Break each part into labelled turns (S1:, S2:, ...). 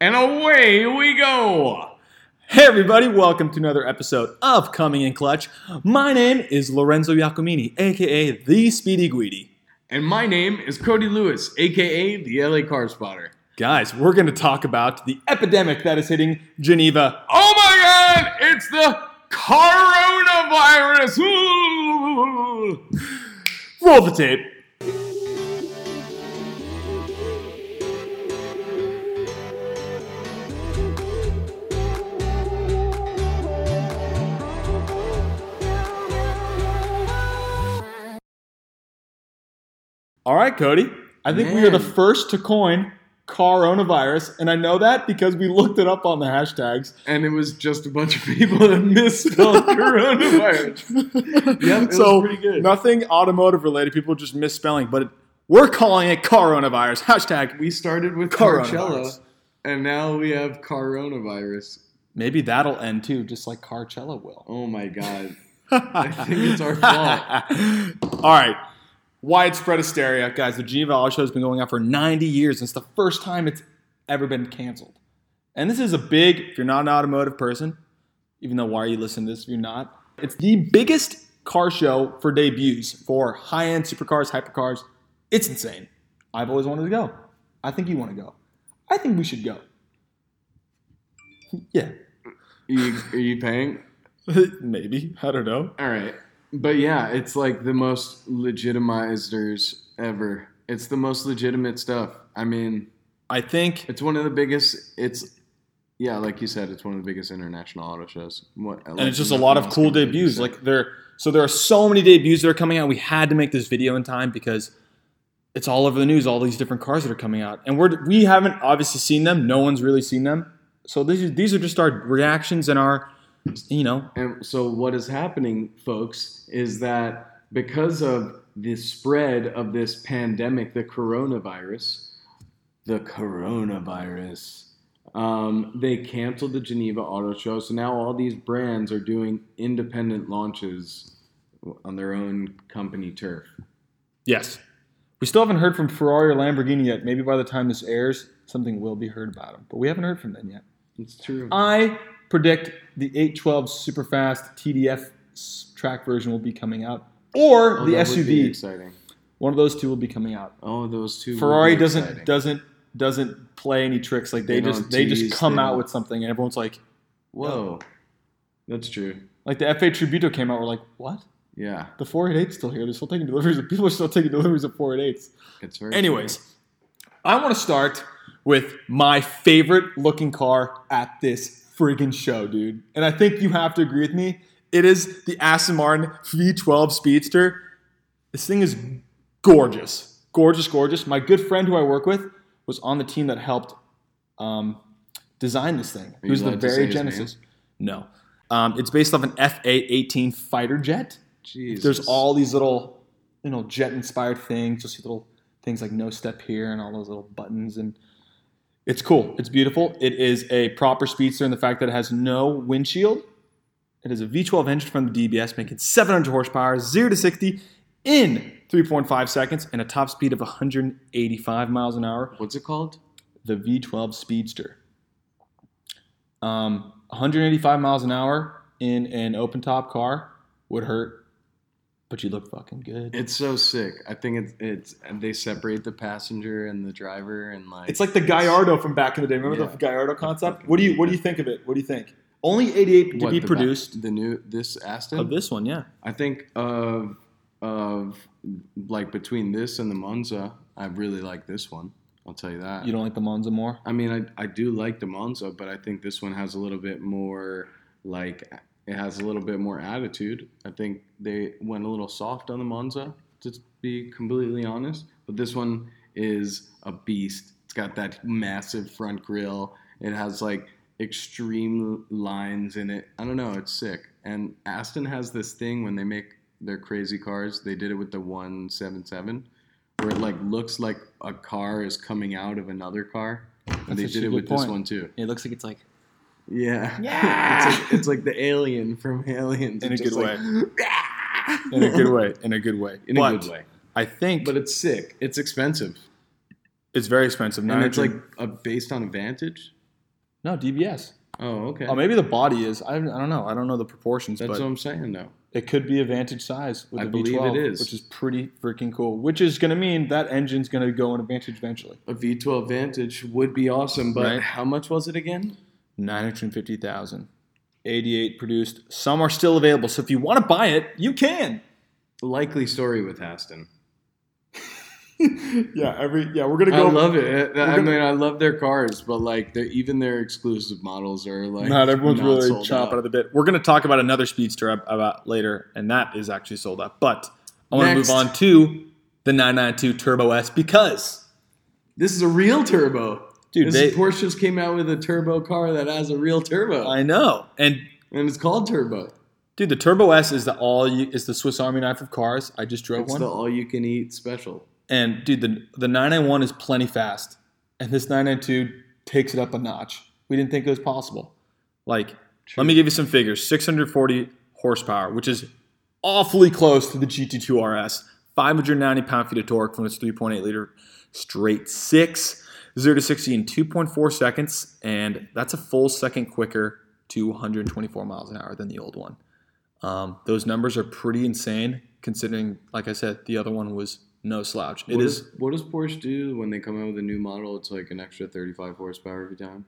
S1: and away we go.
S2: Hey everybody, welcome to another episode of Coming in Clutch. My name is Lorenzo Giacomini, aka the Speedy Guidi.
S1: And my name is Cody Lewis, aka the LA Car Spotter.
S2: Guys, we're going to talk about the epidemic that is hitting Geneva.
S1: Oh my god, it's the coronavirus! Ooh.
S2: Roll the tape. All right, Cody. I think we are the
S1: Man.
S2: first to coin coronavirus, and I know that because we looked it up on the hashtags.
S1: And it was just a bunch of people that misspelled coronavirus. Yep, it
S2: Oh. so
S1: was pretty good.
S2: nothing automotive related. People just misspelling, but it, we're calling it coronavirus. Hashtag.
S1: We started with
S2: Coronavirus.
S1: Coachella, and now we have coronavirus.
S2: Maybe that'll end too, just like Carcella will.
S1: Oh my god.
S2: I
S1: think it's our fault.
S2: All right. Widespread hysteria, guys. The Geneva Auto Show has been going on for 90 years. and It's the first time it's ever been canceled. And this is a big, if you're not an automotive person, even though why are you listening to this if you're not? It's the biggest car show for debuts for high end supercars, hypercars. It's insane. I've always wanted to go. I think you want to go. I think we should go. Yeah,
S1: Are you, are you paying?
S2: maybe. I don't know.
S1: All right. But yeah, it's like the most legitimizers ever. It's the most legitimate stuff. I mean,
S2: I think
S1: it's one of the biggest. It's yeah, like you said, it's one of the biggest international auto shows. What,
S2: and it's just a lot of cool debuts. Like there, so there are so many debuts that are coming out. We had to make this video in time because it's all over the news. All these different cars that are coming out, and we're we haven't obviously seen them. No one's really seen them. So these are- these are just our reactions and our, you know,
S1: And so what is happening, folks, is that because of the spread of this pandemic, the coronavirus, the coronavirus, um, they canceled the Geneva Auto Show. So now all these brands are doing independent launches on their own company turf.
S2: yes, we still haven't heard from Ferrari or Lamborghini yet. Maybe by the time this airs, something will be heard about them, but we haven't heard from them yet.
S1: It's true.
S2: I predict the 812 super fast TDF s- track version will be coming out, or
S1: Oh,
S2: the
S1: that would be
S2: SUV.
S1: exciting.
S2: One of those two will be coming out.
S1: Oh, those two. would
S2: Ferrari
S1: be
S2: doesn't
S1: exciting.
S2: doesn't doesn't play any tricks. Like they,
S1: They
S2: just
S1: don't
S2: they
S1: tease,
S2: just come
S1: they
S2: out
S1: don't-
S2: with something, and everyone's like,
S1: Whoa, that's true.
S2: like the FA Tributo came out. We're like, what?
S1: Yeah,
S2: The 488's still here. They're still taking deliveries. of- People are still taking deliveries of 488s.
S1: it's very.
S2: Anyways, I want to start with my favorite looking car at this friggin' show, dude. And I think you have to agree with me. It is the Aston Martin V12 Speedster. This thing is gorgeous, gorgeous, gorgeous. My good friend who I work with was on the team that helped um, design this thing.
S1: you
S2: Who's the
S1: allowed to
S2: very
S1: say his
S2: genesis? No, um, it's based off an F818 fighter jet.
S1: Jesus.
S2: There's all these little, you know, jet-inspired things. You'll see little things like no step here and all those little buttons, and it's cool. It's beautiful. It is a proper speedster in the fact that it has no windshield. It is a V12 engine from the DBS, making 700 horsepower, zero to 60 in 3.5 seconds, and a top speed of 185 miles an hour.
S1: What's it called?
S2: The V12 Speedster, um, 185 miles an hour in an open-top car would hurt. But you look fucking good.
S1: It's so sick. I think it's it's and they separate the passenger and the driver and like
S2: It's like the Gallardo from back in the day. Remember the
S1: Yeah.
S2: Gallardo concept? What do you What do you think of it? What do you think? Only 88 to
S1: what,
S2: be
S1: the ba-
S2: produced
S1: the new this Aston.
S2: of this one, yeah.
S1: I think of of like between this and the Monza, I really like this one. I'll tell you that.
S2: You don't like the Monza more?
S1: I mean, I I do like the Monza, but I think this one has a little bit more like it has a little bit more attitude. I think they went a little soft on the Monza, to be completely honest. But this one is a beast. It's got that massive front grille. It has like extreme lines in it. I don't know. It's sick. And Aston has this thing when they make their crazy cars. They did it with the 177 where it like looks like a car is coming out of another car. And they did
S2: That's such a
S1: it
S2: good
S1: with this
S2: point.
S1: one too.
S2: It looks like it's like
S1: Yeah.
S2: Yeah.
S1: it's, like, it's like the alien from Aliens.
S2: In
S1: It's
S2: a
S1: just
S2: good
S1: like,
S2: in a good way, in a good way,
S1: In
S2: but
S1: a good way.
S2: I think
S1: But it's sick. It's expensive.
S2: it's very expensive.
S1: And it's like a, based on a Vantage.
S2: No, DBS.
S1: Oh, okay.
S2: Oh, maybe the body is. I, I don't know. I don't know the proportions,
S1: That's
S2: but
S1: what I'm saying though.
S2: it could be a Vantage size with
S1: I
S2: the
S1: believe
S2: V12,
S1: it is.
S2: which is pretty freaking cool. Which is going to mean that engine's going to go in a Vantage eventually.
S1: A V12 Vantage would be awesome, but
S2: Right.
S1: how much was it again?
S2: 950,000. 88 produced. Some are still available. So if you want to buy it, you can.
S1: Likely story with Haston.
S2: yeah, every yeah, we're gonna
S1: I
S2: go.
S1: love it. I
S2: gonna-
S1: mean, I love their cars, but like, they're, even their exclusive models are like
S2: Not everyone's really
S1: sold
S2: chomping at
S1: out.
S2: the bit. We're gonna talk about another speedster ab- about later, and that is actually sold out. But I want to
S1: Next.
S2: move on to the 992 Turbo S because
S1: This is a real turbo,
S2: Dude,
S1: This
S2: they-
S1: Porsche just came out with a turbo car that has a real turbo,
S2: I know, and
S1: and it's called turbo.
S2: dude, the Turbo S is the all you is the Swiss Army knife of cars. I just drove
S1: It's
S2: one,
S1: the all-you-can-eat special.
S2: and dude, the the 991 is plenty fast, and this 992 takes it up a notch. We didn't think it was possible. Like, let me give you some figures: 640 horsepower, which is awfully close to the GT2 RS. 590 pound-feet of torque from its 3.8 liter straight six, zero to 60 in 2.4 seconds, and that's a full second quicker to 124 miles an hour than the old one. Um, those numbers are pretty insane, considering, like I said, the other one was no slouch. It
S1: What
S2: is
S1: does- what does Porsche do when they come out with a new model? It's like an extra 35 horsepower every time.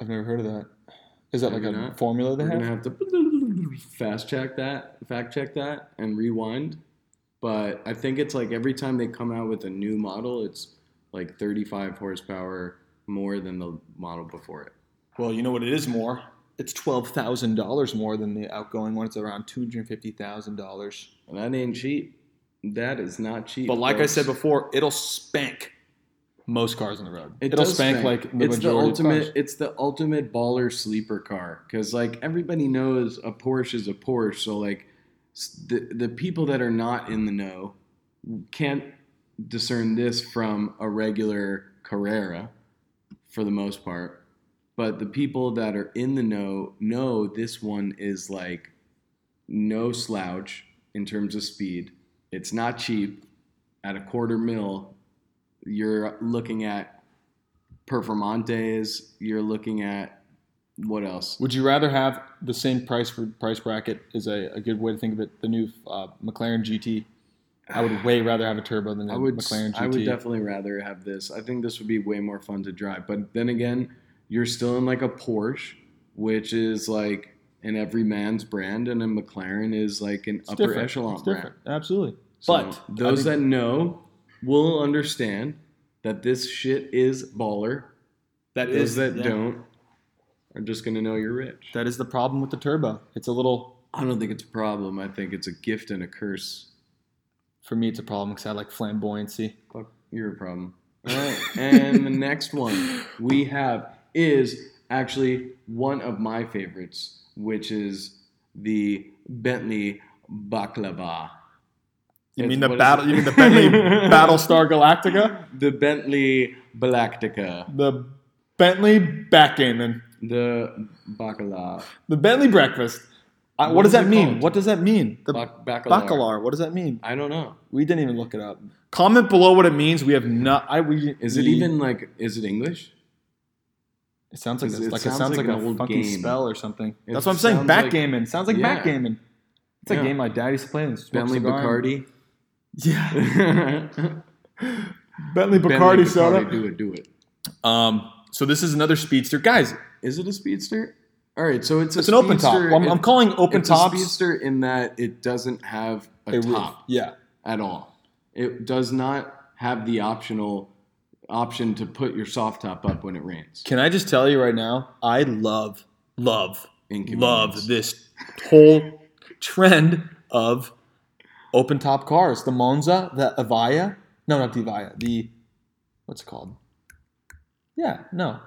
S2: I've never heard of that. Is that like
S1: Maybe
S2: a
S1: not.
S2: formula they
S1: We're
S2: have?
S1: gonna have to fast check that, fact check that, and rewind. But I think it's like every time they come out with a new model, it's like 35 horsepower more than the model before it.
S2: Well, you know what it is more? It's twelve thousand dollars more than the outgoing one. It's around two hundred fifty thousand dollars.
S1: And that ain't cheap. That is not cheap.
S2: But like I
S1: folks.
S2: said before, it'll spank most cars on the road.
S1: It
S2: will
S1: does
S2: spank,
S1: spank.
S2: like the
S1: it's the
S2: majority
S1: ultimate.
S2: Of cars.
S1: It's the ultimate baller sleeper car because like everybody knows a Porsche is a Porsche. So like s- the the people that are not in the know can't discern this from a regular Carrera for the most part. But the people that are in the know know this one is like no slouch in terms of speed. It's not cheap. At a quarter mil, you're looking at performantes. You're looking at what else?
S2: Would you rather have the same price for price bracket? Is a, a good way to think of it. The new uh, McLaren GT. I would way rather have a turbo than a
S1: I would
S2: McLaren GT.
S1: I would definitely rather have this. I think this would be way more fun to drive. But then again, you're still in like a Porsche, which is like an every man's brand, and a McLaren is like an
S2: It's
S1: upper
S2: different.
S1: echelon
S2: It's
S1: brand.
S2: different. Absolutely.
S1: But
S2: but
S1: those that know will understand that this shit is baller.
S2: that
S1: Those that don't are just gonna know you're rich.
S2: That is the problem with the turbo. It's a little
S1: I don't think it's a problem. I think it's a gift and a curse.
S2: for me. It's a problem because I like flamboyancy.
S1: Fuck, you're a problem. All right, and the next one we have is actually one of my favorites, which is the Bentley Baklava.
S2: You
S1: It's-
S2: mean the
S1: what is
S2: battle?
S1: it?
S2: You mean the Bentley Battlestar Galactica?
S1: The Bentley Balactica.
S2: The Bentley Backgammon.
S1: The Bacala.
S2: The Bentley Breakfast. I, what,
S1: What
S2: does
S1: is
S2: that
S1: it
S2: mean?
S1: called?
S2: What does that mean? The
S1: Bac- Bacalar.
S2: Bacalar. What does that mean?
S1: I don't know.
S2: We didn't even look it up. Comment below what it means. We have not. I we
S1: Is it
S2: we-
S1: even like? Is it English?
S2: It sounds like
S1: is-
S2: this.
S1: it
S2: like it
S1: sounds
S2: sounds like,
S1: like an
S2: an old
S1: old
S2: fucking
S1: game.
S2: spell or something.
S1: It
S2: That's what I'm saying.
S1: sounds like-
S2: Backgammon sounds like
S1: Yeah.
S2: backgammon. It's a
S1: Yeah.
S2: game my dad used to play. and smoke
S1: Bentley
S2: cigar.
S1: Bacardi.
S2: Yeah.
S1: Bacardi
S2: Bentley Bacardi soda.
S1: Do it. Do it.
S2: Um. So this is another speedster, guys.
S1: Is it a speedster? All right, so it's a
S2: It's an open top.
S1: speedster.
S2: Well, I'm, I'm
S1: It-
S2: calling open
S1: it's
S2: tops
S1: a speedster in that it doesn't have a,
S2: a roof.
S1: top
S2: Yeah.
S1: at all. It does not have the optional option to put your soft top up when it rains.
S2: Can I just tell you right now? I love, love,
S1: Inconvenience.
S2: love this whole trend of open top cars. The Monza, the Avaya. No, not the Avaya. The what's it called? Yeah, no.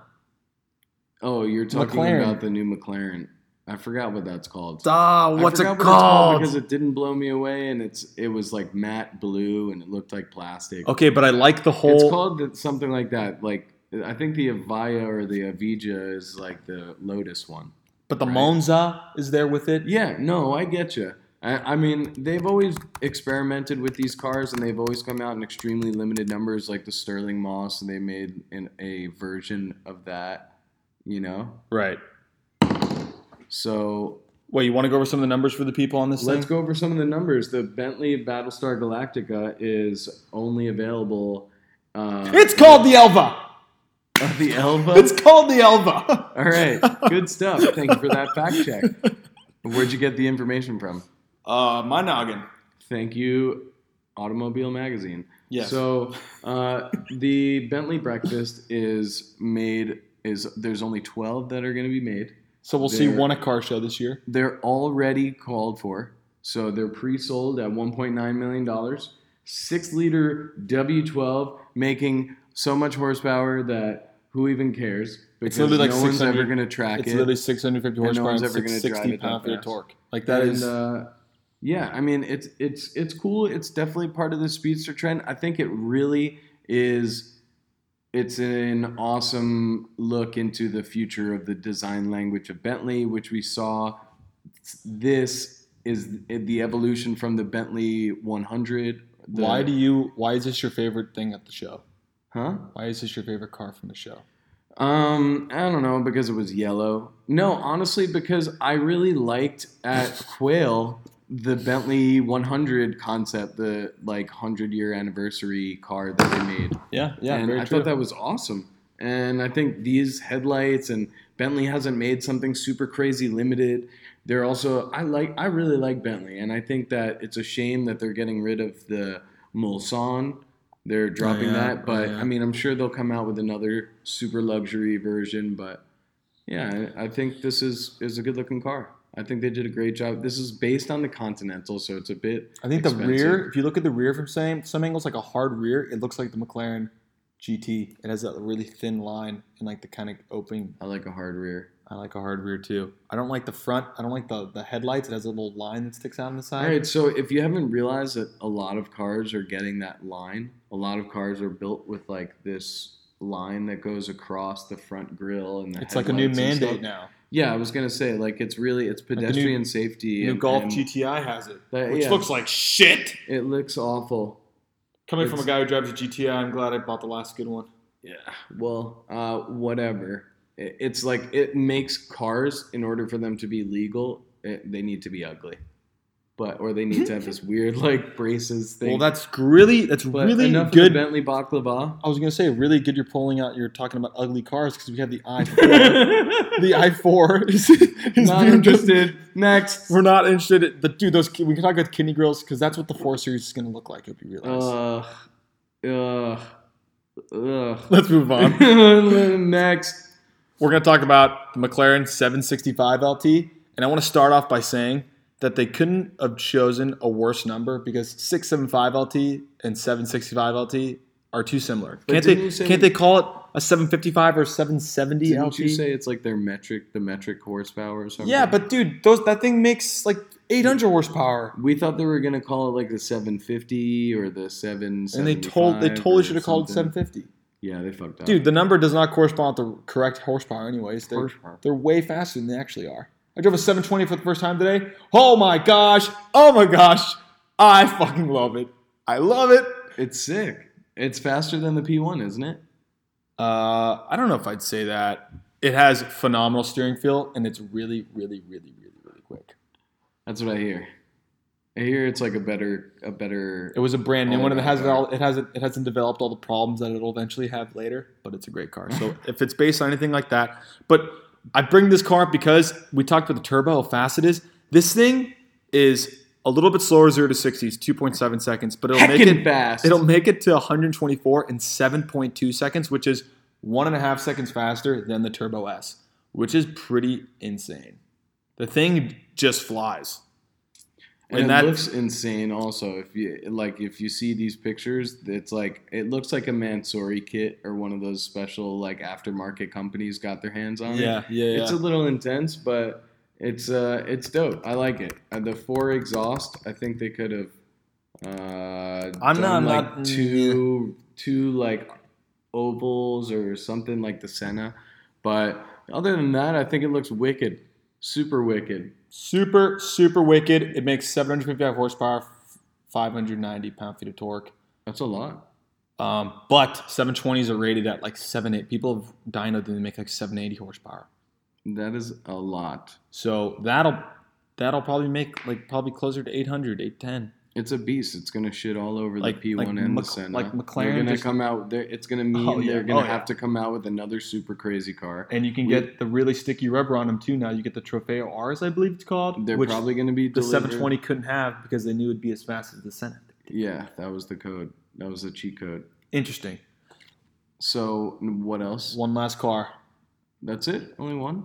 S1: Oh, you're talking
S2: McLaren.
S1: about the new McLaren. I forgot what that's called.
S2: Ah,
S1: I forgot what it's because it didn't blow me away, and it's it was like matte blue, and it looked like plastic.
S2: okay, but I like the whole.
S1: It's called th- something like that. Like I think the Avaya or the Avija is like the Lotus one.
S2: but the
S1: right.
S2: Monza is there with it.
S1: Yeah, no, I get you. I, I mean, they've always experimented with these cars, and they've always come out in extremely limited numbers, like the Sterling Moss, and they made an, a version of that you know?
S2: Right.
S1: So
S2: Wait, you want to go over some of the numbers for the people on this
S1: let's
S2: thing?
S1: go over some of the numbers. The Bentley Battlestar Galactica is only available. Uh,
S2: It's called the Elva.
S1: the Elva.
S2: It's called the Elva.
S1: All right, good stuff. Thank you for that fact check. Where'd you get the information from?
S2: Uh, my noggin.
S1: Thank you, Automobile Magazine.
S2: Yes.
S1: So uh, the Bentley breakfast is made is there's only twelve that are going to be made.
S2: So we'll see
S1: There-
S2: one at car show this year.
S1: They're already called for, so they're pre-sold at one point nine million dollars. Six liter W twelve making so much horsepower that who even cares? Because
S2: literally like
S1: no one's
S2: 600
S1: ever going to track
S2: It's
S1: it.
S2: literally 650
S1: And no
S2: horsepower
S1: one's
S2: and
S1: ever gonna
S2: 660
S1: drive it that
S2: pound feet of
S1: fast.
S2: torque. Like that is
S1: And, uh, yeah, I mean it's it's it's cool. It's definitely part of the speedster trend. I think it really is. It's an awesome look into the future of the design language of Bentley, which we saw. This is the evolution from the Bentley 100. The,
S2: why do you? Why is this your favorite thing at the show?
S1: huh?
S2: Why is this your favorite car from the show?
S1: Um, I don't know because it was yellow. No, honestly, because I really liked at Quail the Bentley 100 concept, the like 100 year anniversary car that they made,
S2: Yeah, yeah,
S1: and
S2: very
S1: I
S2: true.
S1: thought that was awesome. And I think these headlights and Bentley hasn't made something super crazy limited. They're also I like I really like Bentley, and I think that it's a shame that they're getting rid of the Mulsanne. They're dropping
S2: Oh, yeah,
S1: that, but
S2: yeah.
S1: I mean, I'm sure they'll come out with another super luxury version. But yeah, I I think this is is a good looking car. I think they did a great job. This is based on the Continental, so it's a bit.
S2: I think the
S1: expensive.
S2: rear. If you look at the rear from some some angles, like a hard rear, it looks like the McLaren GT. It has that really thin line and like the kind of opening.
S1: I like a hard rear.
S2: I like a hard rear too. I don't like the front. I don't like the the headlights. It has a little line that sticks out on the side.
S1: All right, so if you haven't realized that a lot of cars are getting that line, a lot of cars are built with like this line that goes across the front grille and the
S2: It's like a new
S1: headlights and
S2: mandate
S1: stuff.
S2: now.
S1: Yeah, I was gonna say like it's really it's
S2: new-
S1: pedestrian safety.
S2: New
S1: and-
S2: Golf
S1: and
S2: GTI has it,
S1: That-
S2: which
S1: Uh, yeah.
S2: looks like shit.
S1: It looks awful.
S2: Coming
S1: It's-
S2: from a guy who drives a GTI, I'm glad I bought the last good one.
S1: Yeah. Well, uh, whatever. It, it's like it makes cars in order for them to be legal, it, they need to be ugly, but or they need to have this weird like braces thing.
S2: Well, that's really that's
S1: but
S2: really
S1: enough of the
S2: good.
S1: Bentley baklava.
S2: I was gonna say really good. You're pulling out. You're talking about ugly cars because we have the i the i four. Is, is
S1: Not
S2: being-
S1: interested. Next.
S2: We're not interested. in- The dude, those we can talk about kidney grills because that's what the four series is gonna look like. If you realize.
S1: Ugh. Ugh. Ugh.
S2: Let's move on.
S1: Next.
S2: We're gonna talk about the McLaren 765 LT, and I want to start off by saying that they couldn't have chosen a worse number because 675 LT and 765 LT are too similar. Can't
S1: didn't
S2: they?
S1: you say-
S2: can't they call it a 755 or 770
S1: Didn't
S2: LT?
S1: you say it's like their metric, the metric horsepower or something?
S2: Yeah, but dude, those that thing makes like 800 horsepower,
S1: we thought they were gonna call it like the 750 or the 7.
S2: and they told they totally should have called it 750.
S1: Yeah, they fucked up.
S2: Dude, the number does not correspond with the correct horsepower, anyways. They're,
S1: Horsepower.
S2: they're way faster than they actually are. I drove a 720 for the first time today. Oh my gosh. Oh my gosh. I fucking love it. I love it.
S1: it's sick. It's faster than the P1, isn't it?
S2: Uh, I don't know if I'd say that. It has phenomenal steering feel, and it's really, really, really, really, really quick.
S1: That's what I hear. I hear it's like a better, a better.
S2: It was a brand new
S1: Oh
S2: one, and it
S1: my
S2: hasn't
S1: God.
S2: all, it hasn't it hasn't developed all the problems that it'll eventually have later. But it's a great car. So if it's based on anything like that, but I bring this car up because we talked about the turbo, how fast it is. This thing is a little bit slower, zero to sixty, two point seven seconds, but it'll make
S1: Heckin'
S2: it
S1: fast.
S2: it'll make it to one hundred twenty four in seven point two seconds, which is one and a half seconds faster than the Turbo S, which is pretty insane. The thing just flies.
S1: and,
S2: and
S1: it
S2: that-
S1: looks insane. Also, if you like, if you see these pictures, it's like it looks like a Mansory kit or one of those special like aftermarket companies got their hands on.
S2: Yeah, yeah, yeah.
S1: it's a little intense, but it's uh, it's dope. I like it. Uh, the four exhaust, I think they could have. Uh,
S2: I'm not-
S1: done,
S2: I'm
S1: like
S2: not-
S1: two two like ovals or something like the Senna, but other than that, I think it looks wicked, super wicked.
S2: Super, super wicked. It makes 755 horsepower, 590 pound feet of torque.
S1: That's a lot.
S2: Um, but 720s are rated at like 7, 8. People have dynoed them to make like 780 horsepower.
S1: That is a lot.
S2: So that'll that'll probably make like probably closer to 800, 810.
S1: It's a beast. It's gonna shit all over
S2: Like-
S1: the P1
S2: like
S1: and the
S2: Mc-
S1: Senna.
S2: like
S1: They're
S2: McLaren
S1: gonna
S2: just-
S1: come out. They're, it's gonna mean
S2: Oh, yeah.
S1: they're gonna
S2: Oh,
S1: have
S2: yeah.
S1: to come out with another super crazy car.
S2: And you can get the really sticky rubber on them too now. You get the Trofeo R's, I believe it's called.
S1: They're
S2: which
S1: probably gonna be
S2: the
S1: delivered-
S2: 720 couldn't have because they knew it'd be as fast as the Senate.
S1: Yeah, that was the code. That was the cheat code.
S2: Interesting.
S1: So n- what else?
S2: One last car.
S1: That's it. Only one,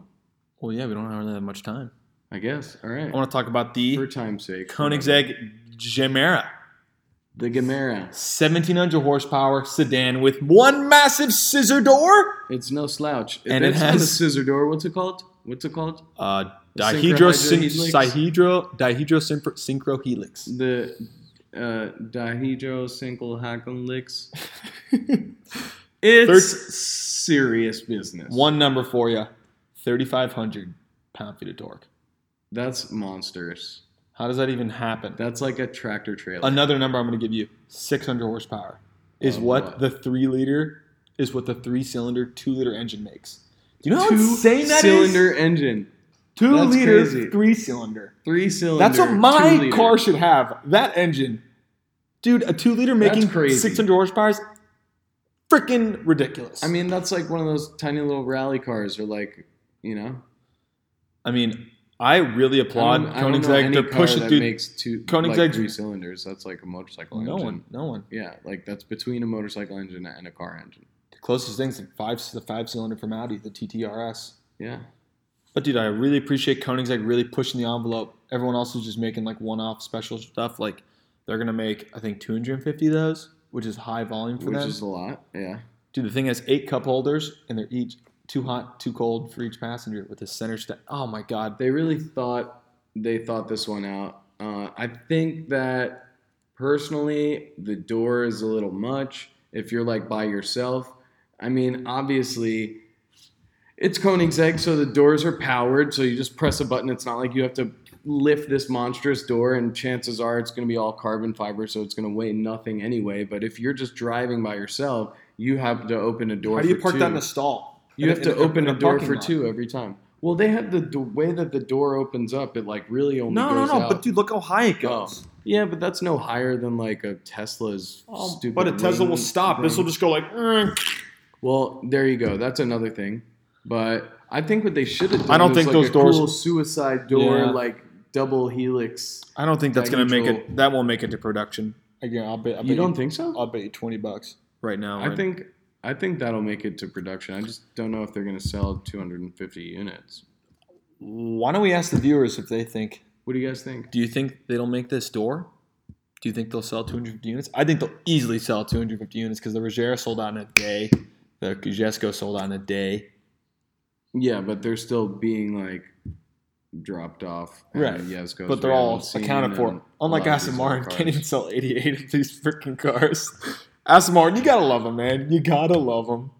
S2: Well, yeah, we don't have really that much time.
S1: I guess. All right.
S2: I want to talk about
S1: For
S2: the
S1: time's sake.
S2: Koenigsegg Gemera.
S1: The Gamera.
S2: 1700 horsepower sedan with one massive scissor door.
S1: It's no slouch. If
S2: And it
S1: it's not a
S2: has-
S1: scissor door. What's it called? What's it called?
S2: Uh,
S1: Synchrohydro
S2: dihedro, syn-
S1: helix.
S2: dihedro, dihedro synchro, synchro helix.
S1: The uh, dihedro single hacken licks. It's serious business.
S2: One number for you 3,500 pound feet of torque.
S1: That's monsters.
S2: How does that even happen?
S1: That's like a tractor trailer.
S2: Another number I'm going to give you 600 horsepower is
S1: Of
S2: what,
S1: what?
S2: the three liter is what the three cylinder, two liter engine makes. Do you know how
S1: Two
S2: insane that is?
S1: cylinder engine.
S2: two
S1: That's
S2: liter,
S1: crazy.
S2: three cylinder.
S1: Three cylinder.
S2: That's what
S1: two
S2: my
S1: liter.
S2: car should have. That engine, dude, a two liter
S1: That's
S2: making
S1: crazy.
S2: 600 horsepower is freaking ridiculous.
S1: I mean, that's like one of those tiny little rally cars, or like, you know,
S2: I mean, I really
S1: I
S2: applaud
S1: don't- I don't know
S2: Koenigsegg.
S1: any
S2: They're
S1: car
S2: pushing,
S1: that
S2: dude.
S1: makes two Koenigsegg
S2: Koenigsegg-
S1: three cylinders. That's like a motorcycle
S2: no
S1: engine.
S2: one, no one.
S1: Yeah, like that's between a motorcycle engine and a car engine.
S2: The closest thing's the five, the five cylinder from Audi, the TTRS.
S1: Yeah,
S2: But dude, I really appreciate Koenigsegg really pushing the envelope. Everyone else is just making like one-off special stuff. Like they're gonna make, I think, 250 of those, which is high volume for
S1: which
S2: them.
S1: is a lot. Yeah,
S2: Dude, the thing has eight cup holders, and they're each too hot, too cold for each passenger with a center step. Oh my god.
S1: they really thought they thought this one out. Uh, I think that personally, the door is a little much. If you're like by yourself, I mean, obviously, it's Koenigsegg, so the doors are powered. So you just press a button. It's not like you have to lift this monstrous door, and chances are it's going to be all carbon fiber, so it's going to weigh nothing anyway. But if you're just driving by yourself, you have to open a door.
S2: How do you
S1: for
S2: park
S1: two.
S2: that in a stall?
S1: You
S2: In a-
S1: have to
S2: in
S1: open
S2: in
S1: a, door
S2: parking
S1: for
S2: lot.
S1: two every time. Well, they have the, the way that the door opens up. It like really only
S2: No, no,
S1: goes
S2: no.
S1: out.
S2: But dude, look how high it goes.
S1: yeah, but that's no higher than like a Tesla's
S2: Oh,
S1: stupid.
S2: but a Tesla
S1: wing
S2: will stop. This
S1: thing.
S2: will just go like. "Mm."
S1: Well, there you go. That's another thing. But I think what they should have done.
S2: I don't
S1: is,
S2: think
S1: like
S2: those
S1: a
S2: doors-
S1: cool suicide door,
S2: Yeah.
S1: like double helix.
S2: I don't think that's gonna make
S1: Dihedral.
S2: it. That won't make it to production. Again, I'll bet. I'll bet
S1: You don't think so?
S2: I'll bet you Oh, twenty bucks right now.
S1: I
S2: right?
S1: think I think that'll make it to production. I just don't know if they're going to sell 250 units.
S2: Why don't we ask the viewers if they think?
S1: What do you guys think?
S2: Do you think they'll make this door? Do you think they'll sell 250 units? I think they'll easily sell 250 units because the Regera sold out in a day. The Jesco sold out in a day.
S1: Yeah, but they're still being like dropped off. and
S2: Right.
S1: Yazgo's
S2: but they're
S1: we
S2: all
S1: haven't seen
S2: accounted
S1: and
S2: for.
S1: a lot
S2: Unlike
S1: of
S2: Aston
S1: these other
S2: Martin, can't
S1: cars.
S2: even sell 88 of these freaking cars. Aston Martin, you gotta love them, man. You gotta love them.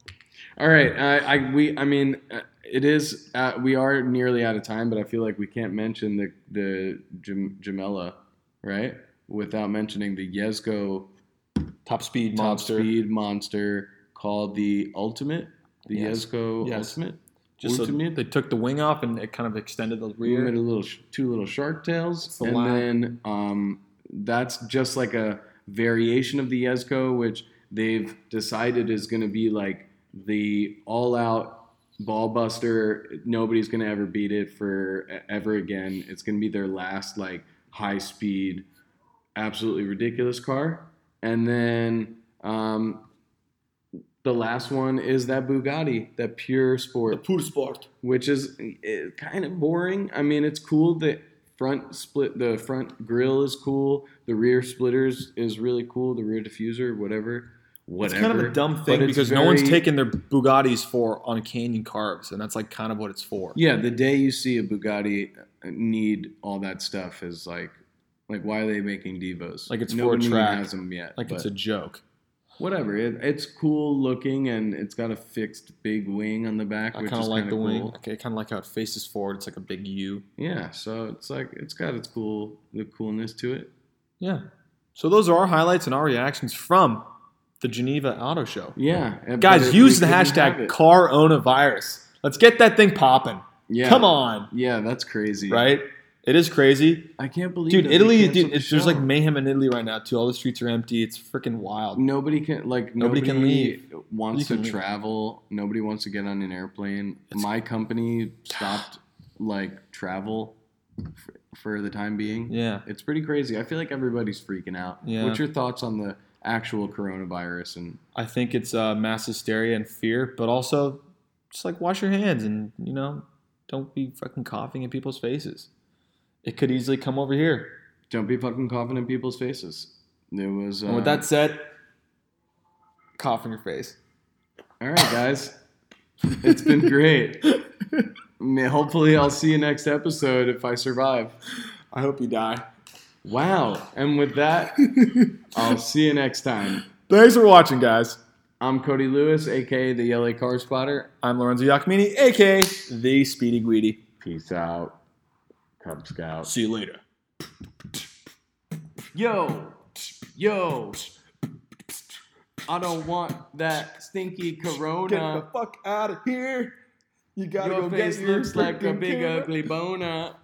S1: All right, I, I we I mean uh, it is uh, we are nearly out of time, but I feel like we can't mention the the Jam- Jamela, right? Without mentioning the Yesco
S2: Top speed
S1: top
S2: monster.
S1: speed monster called the Ultimate, the
S2: Yes.
S1: Yesco
S2: Yes.
S1: Ultimate.
S2: Just so
S1: Ultimate?
S2: they took the wing off and it kind of extended the
S1: We made
S2: rear.
S1: a little sh- two little shark tails,
S2: the
S1: and
S2: line.
S1: then um, that's just like a variation of the Yesco, which they've decided is going to be like the all-out ball buster. Nobody's going to ever beat it for e, ever again. It's going to be their last like high-speed, absolutely ridiculous car, and then. Um, the last one is that Bugatti, that pure sport
S2: pool sport.
S1: which is eh, kind of boring. I mean, it's cool that front split the front grill is cool, the rear splitters is really cool, the rear diffuser, whatever,
S2: It's
S1: whatever.
S2: kind of a dumb
S1: But
S2: thing
S1: it's
S2: because no one's
S1: very-
S2: taking their Bugattis for on canyon carbs, and that's like kind of what it's for.
S1: Yeah, the day you see a Bugatti uh, need all that stuff is like, like why are they making Devos?
S2: Like, it's for a
S1: Nobody even
S2: track.
S1: Has them yet?
S2: Like it's
S1: but-
S2: a joke.
S1: whatever. It, it's cool looking and it's got a fixed big wing on the back.
S2: I
S1: which
S2: kind of
S1: is
S2: like the
S1: kinda
S2: wing.
S1: cool.
S2: Okay, kind of like how it faces forward. It's like a big U.
S1: Yeah, so it's like it's got its cool the coolness to it.
S2: Yeah. So those are our highlights and our reactions from the Geneva Auto Show.
S1: Yeah, and- but
S2: Guys,
S1: it-
S2: use
S1: we
S2: the
S1: couldn't have
S2: hashtag
S1: it.
S2: coronavirus. Let's get that thing popping.
S1: Yeah,
S2: Come on,
S1: Yeah, that's crazy.
S2: right? It is crazy,
S1: I can't believe,
S2: dude.
S1: that they
S2: Italy,
S1: canceled
S2: dude.
S1: the
S2: it's- there's like
S1: show.
S2: mayhem in Italy right now too. All the streets are empty. It's freaking wild.
S1: nobody can like
S2: Nobody
S1: nobody,
S2: can
S1: Wants
S2: You can
S1: to
S2: leave.
S1: travel. Nobody wants to get on an airplane. My company stopped like travel for, for the time being.
S2: Yeah.
S1: It's pretty crazy. I feel like everybody's freaking out.
S2: Yeah.
S1: What's your thoughts on the actual coronavirus and
S2: I think it's uh, mass hysteria and fear, but also just like wash your hands and you know don't be fucking coughing in people's faces. It could easily come over here.
S1: don't be fucking coughing in people's faces? There was. Uh,
S2: and with that said, cough in your face.
S1: all right, guys. It's been great. Man, Hopefully, I'll see you next episode if I survive.
S2: I hope you die.
S1: Wow. And with that, I'll see you next time.
S2: Thanks for watching, guys. I'm
S1: Cody Lewis, aka the LA Car Spotter.
S2: I'm Lorenzo Giacomini, aka the Speedy Guidi.
S1: Peace out, Cub Scout.
S2: See you later.
S1: Yo, yo, I don't want that stinky
S2: Get
S1: corona.
S2: the fuck out of here. You gotta
S1: Your
S2: go
S1: face
S2: get your
S1: looks like a
S2: freaking
S1: big uh,
S2: camera.
S1: ugly boner.